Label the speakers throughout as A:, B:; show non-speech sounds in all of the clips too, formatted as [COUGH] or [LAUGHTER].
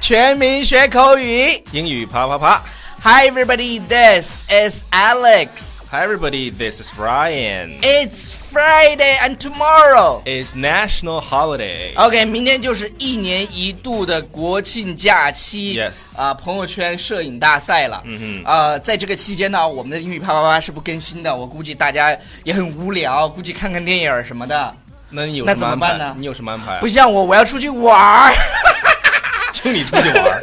A: 全民学口语。
B: 英语啪啪啪
A: Hi everybody, this is Alex.
B: ！Hi everybody, this is Ryan.
A: It's Friday and tomorrow.
B: It's National Holiday.
A: OK，明天就是一年一度的国庆假期
B: Yes
A: 啊、朋友圈摄影大赛了。嗯哼，啊，在这个期间呢，我们的英语啪啪啪是不更新的，我估计大家也很无聊，估计看看电影儿什么的，
B: 那你有
A: 那
B: 什么
A: 怎
B: 安
A: 么办
B: 排？
A: 呢
B: 你有什么安排啊？
A: 不像我，我要出去玩儿。
B: 请你出去玩
A: [LAUGHS]
B: 儿。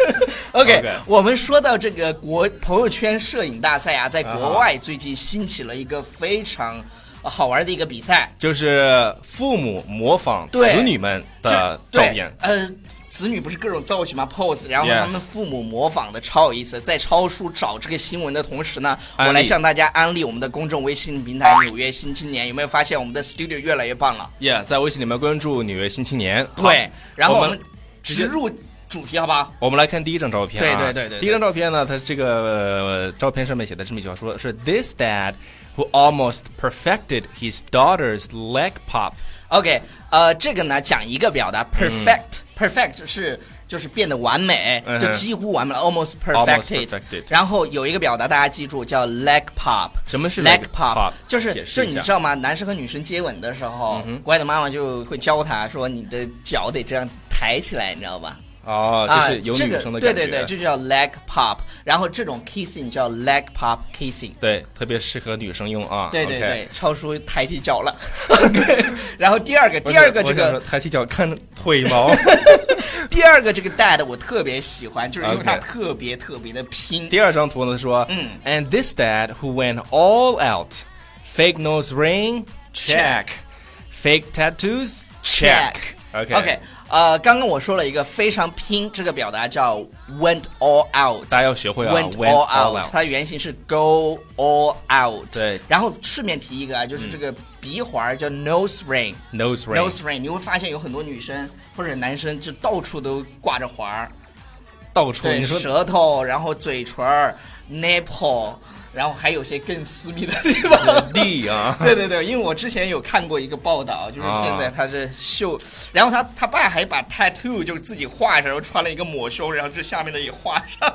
A: OK，,
B: OK
A: 我们说到这个国朋友圈摄影大赛啊，在国外最近兴起了一个非常呃好玩的一个比赛，
B: 就是父母模仿
A: 对
B: 子女们的
A: 就
B: 啊照
A: 对
B: 片。
A: 呃。子女不是各种造型嘛 pose，然后
B: Yes
A: 他们父母模仿的超有意思。在超叔找这个新闻的同时呢，
B: 安利啊
A: 我来向大家安利我们的公众微信平台《纽约新青年》。有没有发现我们的 studio 越来越棒了？
B: Yeah，在微信里面关注《纽约新青年》。
A: 对
B: 好，
A: 然后
B: 我
A: 我
B: 们
A: 们植入主题，好不好？
B: 我们来看第一张照片、啊。
A: 对对对对对
B: 第一张照片呢，它这个、呃照片上面写的这么一句话，说是 This dad who almost perfected his daughter's leg pop。
A: OK，呃，这个呢讲一个表达，perfect，perfect、perfect 是就是变得完美，
B: 嗯嗯哼
A: 就几乎完美了，almost
B: Almost
A: perfected。
B: perfected
A: 然后有一个表达大家记住叫 leg pop。
B: 什么是
A: leg
B: leg
A: pop？,
B: pop？
A: 就是
B: 解释
A: 就是你
B: 一下嗯
A: 知道吗？男生和女生接吻的时候，国外的妈妈就会教他说你的脚得这样抬起来，你知道吧？
B: 哦，
A: 啊，
B: 这是有女生的感觉。
A: 这个、对对对，这就叫 leg pop。然后这种 kissing 叫 leg pop kissing。
B: 对特别适合女生用啊。
A: 对对
B: OK
A: 对，超叔抬起脚了。 [LAUGHS] 然后第二个，
B: 不
A: 第
B: 是
A: 二个
B: 我
A: 这
B: 想
A: 个
B: 说抬起脚看腿
A: [LAUGHS]
B: 毛。
A: 第二个这个 dad 我特别喜欢，就是因为
B: OK
A: 他特别特别的拼。
B: 第二张图呢说，
A: 嗯
B: ，And this dad who went all out, fake nose ring check, fake tattoos check.
A: OK
B: OK
A: OK，呃，刚刚我说了一个非常拼这个表达叫 went all out，
B: 大家要学会啊
A: went
B: went
A: all
B: all
A: out，
B: out
A: 它原型是 go all out。
B: 对嗯
A: 然后顺便提一个啊，就是这个鼻环儿叫 nose ring。
B: nose ring
A: Nose ring，你会发现有很多女生或者男生就到处都挂着环儿，
B: 到处
A: 对，
B: 你说
A: 舌头，然后嘴唇儿，nipple，然后还有些更私密的地方。
B: 地啊，
A: [LAUGHS] 对对对，因为我之前有看过一个报道，就是现在他是秀，然后他他爸还把 tattoo 就是自己画上，然后穿了一个抹胸，然后这下面的也画上。 [LAUGHS]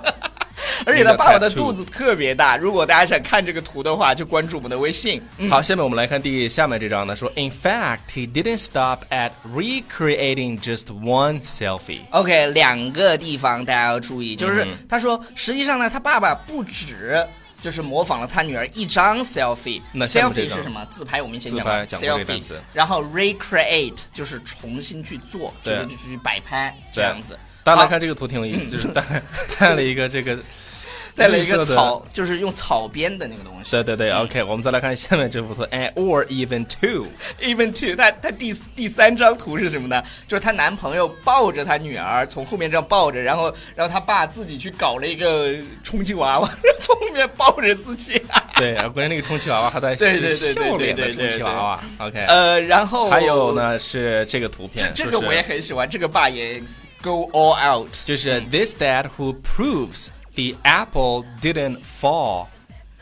A: 而且他爸爸的
B: tattoo
A: 肚子特别大，如果大家想看这个图的话，就关注我们的微信。
B: 好，下面我们来看第下面这张呢，说，In fact, he didn't stop at recreating just one selfie。
A: OK，两个地方大家要注
B: 嗯
A: 意，就是他说，实际上呢，他爸爸不止就是模仿了他女儿一张 selfie，selfie
B: 那下面这张
A: 是什么？自拍，我们以前
B: 自
A: 讲
B: 拍讲过这个
A: selfie，
B: 单词
A: 然后 recreate 就是重新去做，就
B: 对
A: 是就去摆拍这
B: 对
A: 样子。
B: 大家来
A: 好
B: 看这个图挺有意思，就是带带了一 [LAUGHS] 个这个
A: 带了一
B: 绿
A: 个
B: 色的
A: 草，就是用草编的那个东西。
B: 对对对，OK，我们再来看下面这幅图，and or even two，
A: [LAUGHS] Even two，她她第第三张图是什么呢？就是她男朋友抱着她女儿从后面这样抱着，然后然后她爸自己去搞了一个充气娃娃， [LAUGHS] 从后面抱着自己。啊
B: 对，关键那个充气娃娃还在
A: 对对对
B: 是
A: 对
B: 笑
A: 对
B: 脸的
A: 对
B: 充
A: 对
B: 气
A: 对
B: 娃娃，OK，
A: 呃，然后
B: 还有，呢是这个图
A: 这
B: 片，
A: 这
B: 就
A: 个
B: 是
A: 我也很喜欢，这个爸也 go all out。
B: 就是 this dad who proves the apple didn't fall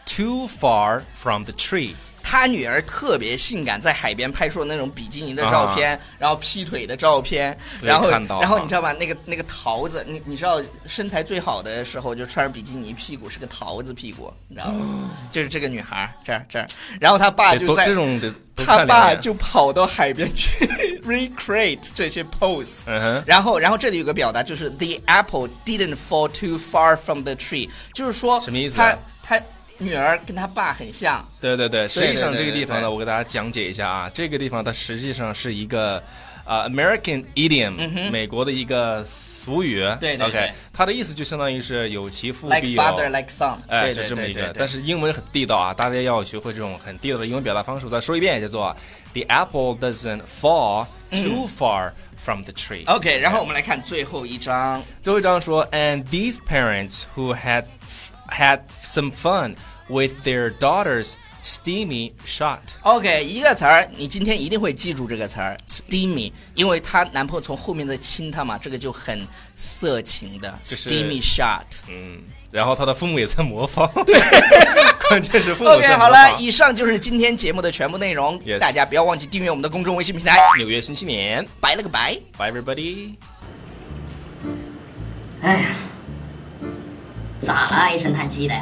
B: too far from the tree。
A: 他女儿特别性感，在海边拍出那种比基尼的照片，然后劈腿的照片，
B: 啊对
A: 然后
B: 看到了
A: 然后你知道吧？那个那个桃子，你你知道身材最好的时候就穿着比基尼，屁股是个桃子屁股，你知道吗？就是这个女孩儿这儿这儿，然后他爸
B: 得
A: 就
B: 多
A: 在
B: 这种得多
A: 他
B: 看两
A: 爸
B: 眼
A: 就跑到海边去 [LAUGHS] recreate 这些 pose，、
B: 嗯哼
A: 然后，然后这里有个表达就是 the apple didn't fall too far from the tree，就是说
B: 什么意思
A: 他
B: 啊
A: 他女儿跟他爸很像，
B: 对对对，实际上这个地方
A: 对对对
B: 呢，我给大家讲解一下啊，这个地方它实际上是一个呃 American idiom，、美国的一个俗语。
A: 嗯对对对
B: OK，它的意思就相当于是有其父
A: like
B: 必有。
A: father like son，
B: 哎，
A: 对
B: 是
A: 对
B: 这么
A: 对
B: 一
A: 对
B: 个，
A: 对
B: 但是英文很地道啊，大家要学会这种很地道的英文表达方式。我再说一遍，叫做 The apple doesn't fall
A: Mm.
B: too far from the tree。
A: OK，然后我们来看最后一张，
B: 最后一张说，And these parents who had had some fun with their daughter's steamy shot。
A: OK，一个词儿，你今天一定会记住这个词儿，steamy，因为她男朋友从后面在亲她嘛，这个就很色情的、
B: 是
A: steamy shot。
B: 然后他的父母也在模仿，对， [LAUGHS] 关键是父
A: [LAUGHS]
B: 母 [LAUGHS]
A: OK，
B: 在模仿。
A: 好了，以上就是今天节目的全部内容
B: Yes
A: 大家不要忘记订阅我们的公众微信平台，
B: 纽约新青年
A: 拜了个拜。
B: ，Bye everybody。
C: 哎呀，咋了？唉声叹气的，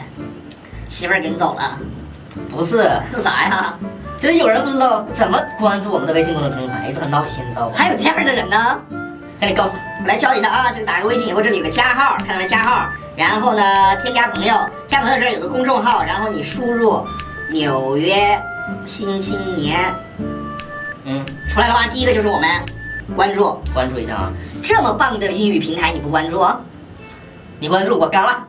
C: 媳妇儿跟你走了？
D: 不是，
C: 是啥呀？
D: 真有人不知道怎么关注我们的微信公众平台，这很闹心，知道吧？
C: 还有这样的人呢？
D: 赶紧告诉
C: 我来教一下啊，这个打个微信以后，这里有个加号，看到没？加号，然后呢，添加朋友，加朋友这儿有个公众号，然后你输入“纽约新青年
D: 嗯，”，
C: 出来的话，啊第一个就是我们，关注。
D: 关注一下啊！
C: 这么棒的英语平台你不关注？哦
D: 你关注我刚了，